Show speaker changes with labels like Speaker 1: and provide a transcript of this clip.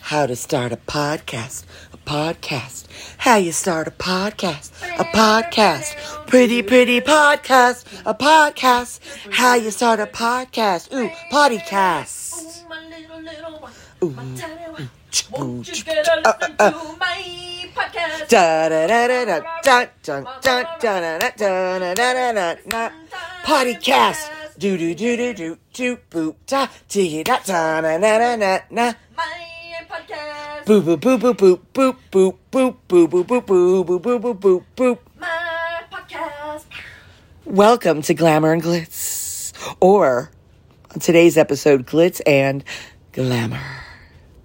Speaker 1: How to start a podcast, a podcast. How you start a podcast, a podcast. Pretty, pretty podcast, a podcast. How you start a podcast, ooh, podcast.
Speaker 2: Oh, my little, little one.
Speaker 1: Ooh.
Speaker 2: My tiny one.
Speaker 1: Ch-
Speaker 2: Won't you
Speaker 1: ch-
Speaker 2: get a
Speaker 1: uh,
Speaker 2: listen
Speaker 1: uh,
Speaker 2: to my podcast?
Speaker 1: Da da da da da da da da da da da da da da da da Podcast. Do do do do do do boop da dee da da na na na na na.
Speaker 2: My podcast.
Speaker 1: Boop boop boop boop boop boop boop boop boop boop boop boop boop boop boop boop.
Speaker 2: My podcast.
Speaker 1: Welcome to Glamour and Glitz, or on today's episode, Glitz and Glamour.